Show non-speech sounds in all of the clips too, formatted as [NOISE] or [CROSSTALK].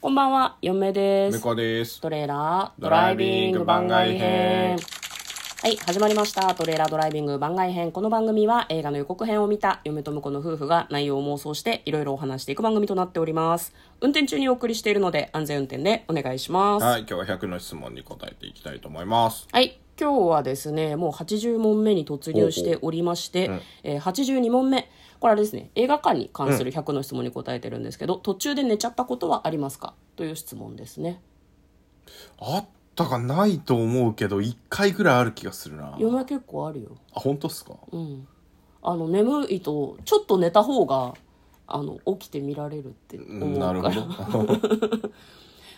こんばんは、嫁でメす。カです。トレーラードドラライイビビンンググ番番外編外編。はい、始まりました。トレーラードライビング番外編。この番組は映画の予告編を見た嫁と婿の夫婦が内容を妄想していろいろお話していく番組となっております。運転中にお送りしているので安全運転でお願いします。はい、今日は100の質問に答えていきたいと思います。はい。今日はですね、もう80問目に突入しておりまして、えー82問目。これあれですね、映画館に関する100の質問に答えてるんですけど、途中で寝ちゃったことはありますかという質問ですね。あったかないと思うけど、1回ぐらいある気がするな。嫁は結構あるよ。あ、本当っすか、うん。あの、眠いと、ちょっと寝た方が、あの、起きて見られるってう思ん、うなるかほら。ど。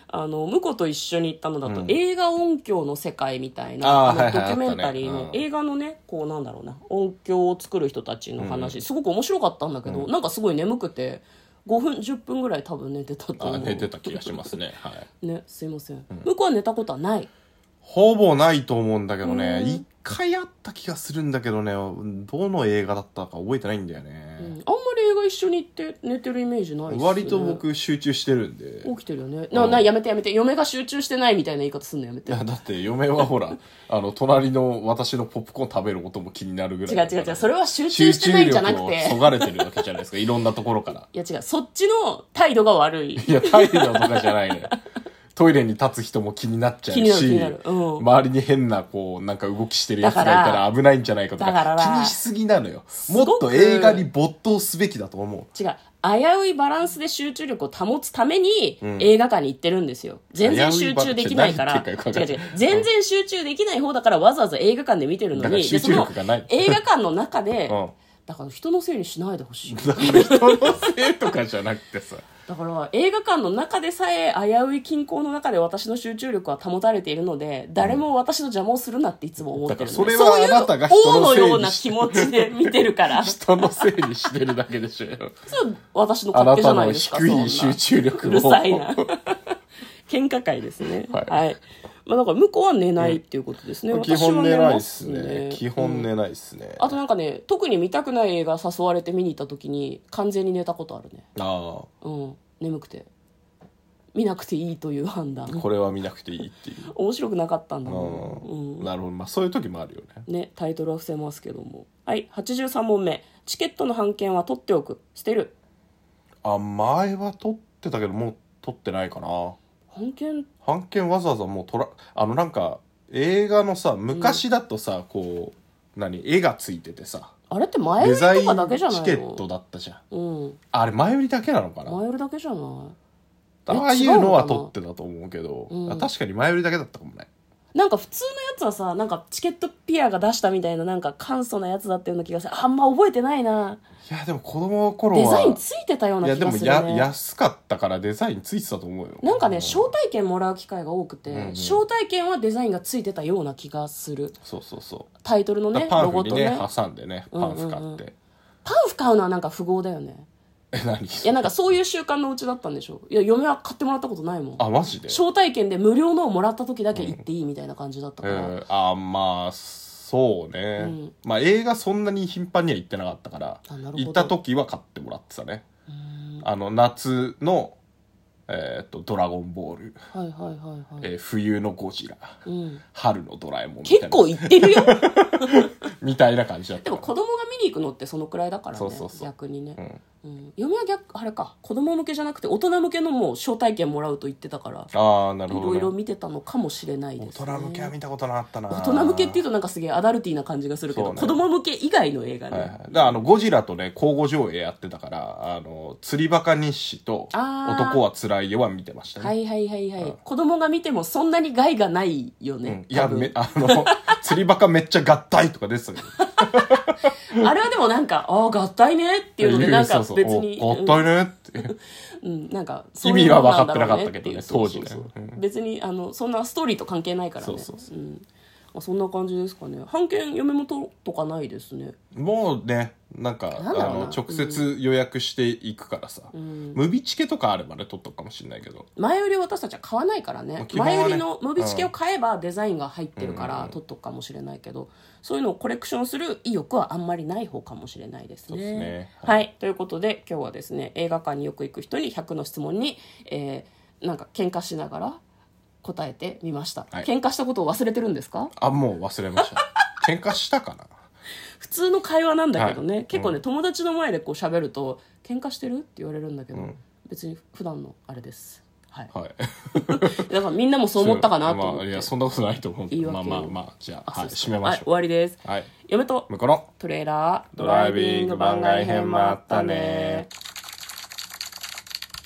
あの、向こうと一緒に行ったのだと、映画音響の世界みたいな、あーあのはいドはキいュメンタリーあっのた、ねうん映画のね、こうなんだろうな、音響を作る人たちの話、すごく面白かったんだけど、なんかすごい眠くて、5分、10分ぐらい多分寝てたと思あう。寝てた気がしますね。はい。ね、すいません。向こうは寝たことはない。ほぼないと思うんだけどね、うん1回あった気がするんだけどね、どの映画だったか覚えてないんだようんあんまね。り映画一緒に行って寝てるイメージないっすね割と僕集中してるんで。起きてるよね。な、な、やめてやめて。嫁が集中してないみたいな言い方すんのやめいて。違やだって嫁はほら、 [LAUGHS] あの、隣の私のポップコーン食べる音も気になるぐらうい。違う違う。それは集中集して中ないん力じゃなくをて。そがれてるわけじゃないですか。いろんなところから。いや違う。そっちの態度が悪い。いや、態度とかじゃないね。トイレに立つ人も気になっちゃうし、気になる気になるうん周りに変な、こう、なんか動きしてるやつがいだかたらら危ないんじゃないかとか、だから気にしすぎなのよ。もごっくと映画に没頭すべきだと思違う。危ういバランスで集中力を保つために映画館に行ってるんですよ。全然集中できないから。危違ういうバランス違ってう何言ってんかよくわかんない。全然集中できない方だからわざわざ映画館で見てるのだかに。らで集そ中の力がない映画館の中で [LAUGHS] うん、だから人のせいにしないでほしい。う。だから人のせいとかじゃなくてさ。だから映画館の中でさえ危うい均衡の中で私の集中力は保たれているので誰も私の邪魔をするなっていつも思ってるのね、だからそれはあなたが人のそうせいにしていう王のような気持ちで見てるからそ人のせいにしてるだけでしょうよ。う私のあ勝な手じゃたないのですか低いそん集な中力うを。るさいな [LAUGHS] 喧嘩会ですねは、はいいまあ、だから向こうは寝ないっていうことですね、私基は本寝ないっす寝ますね。基本寝ないっすね。あとなんかね特に見たくない映画誘われて見に行った時に完全に寝たことあるねあうん眠くて見なくていいという判断あ、これは見なくていいっていう。面白くなかったんだもん、うん、なるほど、まあ、そういう時もあるよねねタイトルは伏せますけどもはい83問目チケットの半券は取っておく捨てるあ前は撮ってたけどもう撮ってないかな半券版権わざわざもう撮らあのなんか映画のさ昔だとさ、こう何絵がついててさあれって前売デりとザインチかだけじゃないのケットだったじゃんうんあれ前売りだけなのかな前売りだけじゃなえああいうのは違うのかな撮ってたと思うけど、うんあ確かに前売りだけだったかもねいなんか普通のやつはさなんかチケットピアが出したみたいななんか簡素なやつだったような気がするあんま覚えてないないやでも子供の頃はデザインついてたよういなや気でがもする、ね、や安かったからデザインついてたと思うよなんかねう招待券もらう機会が多くて、うんうん招待券はデザインがついてたような気がするそうそうそうタイトルのだねからパロンフゴにとねね挟んでねパンフ買って、うんうんうんパンフ買うのはなんか富豪だよねえ何いやなんかそういう習慣のうちだったんでしょいや嫁は買ってもらったことないもんあマジで、招待券で無料のをもらった時だけ行っていいみたいな感じだったうから、ん、あまあそうね、うんまあ映画そんなに頻繁には行ってなかったからあなるほど行った時は買ってもらってたねうんあの夏のえーっと「ドラゴンボール」はいはいはいはい、えー冬のゴジラ」うん、春のドラえもん」みた結い構な行ってるよ [LAUGHS] みたいな感じだっでたも子供が見に行くのってそのくらいだからねそうそうそう逆にね、うんうん嫁は逆あれか子供向けじゃなくて大人向けのもう招待券もらうと言ってたからああなるいほど、ろね、いろ見てたのかもしれないで大す、ね、人向けは見たことなかったな大人向けっていううとなんかすげえアダルティーな感じがするけど、そうね子供向け以外の映画ね、はいはい、だからあのゴジラとね交互上映やってたからあの釣りバカ日誌と「あー男はつらいよ」は見てましたね、はいはいはいはい、子供が見てもそんなに害がないようねん、いや多分めあの [LAUGHS] 釣りバカめっちゃ合体とかで [LAUGHS] すよあれはでもなんかああ合体ねっていうのでなんか別にお合体ねって、うん、なんか意味は分かってなかったけどねそういうもんなんだろうっていうそうそうそ当時ねうう別にあのそんなストーリーと関係ないからねそうそうそんまあ、そんな感じですかね半券嫁も取っとかないですねもうねなんかなんだろうなあの直接予約していくからさ、ムビチケとかあればね取っとくかもしれないけど前売り私たちは買わないからね基本はね前売りのムービーチケを買えばデザインが入ってるから取っとくかもしれないけど、そういうのをコレクションする意欲はあんまりない方かもしれないですね。そうですねはい、ということで今日はですね映画館によく行く人に100の質問に、えーなんか喧嘩しながら答えてみました、はい喧嘩したことを忘れてるんですかあもう忘れま [LAUGHS] した喧嘩したかな普通の会話なんだけどね、はい結構ね、う友達の前でこう喋ると「喧嘩してる?」って言われるんだけど、うん別に普段のあれですはいはいだからみんなもそう思ったかなと思っ [LAUGHS] まあ、て、いやそんなことないと思う言いまあ訳をまあまあじゃあ、あはい、そうそう締めましはいょ終わりですうはい嫁と向こうのトレーラードドライビング番外編もあったね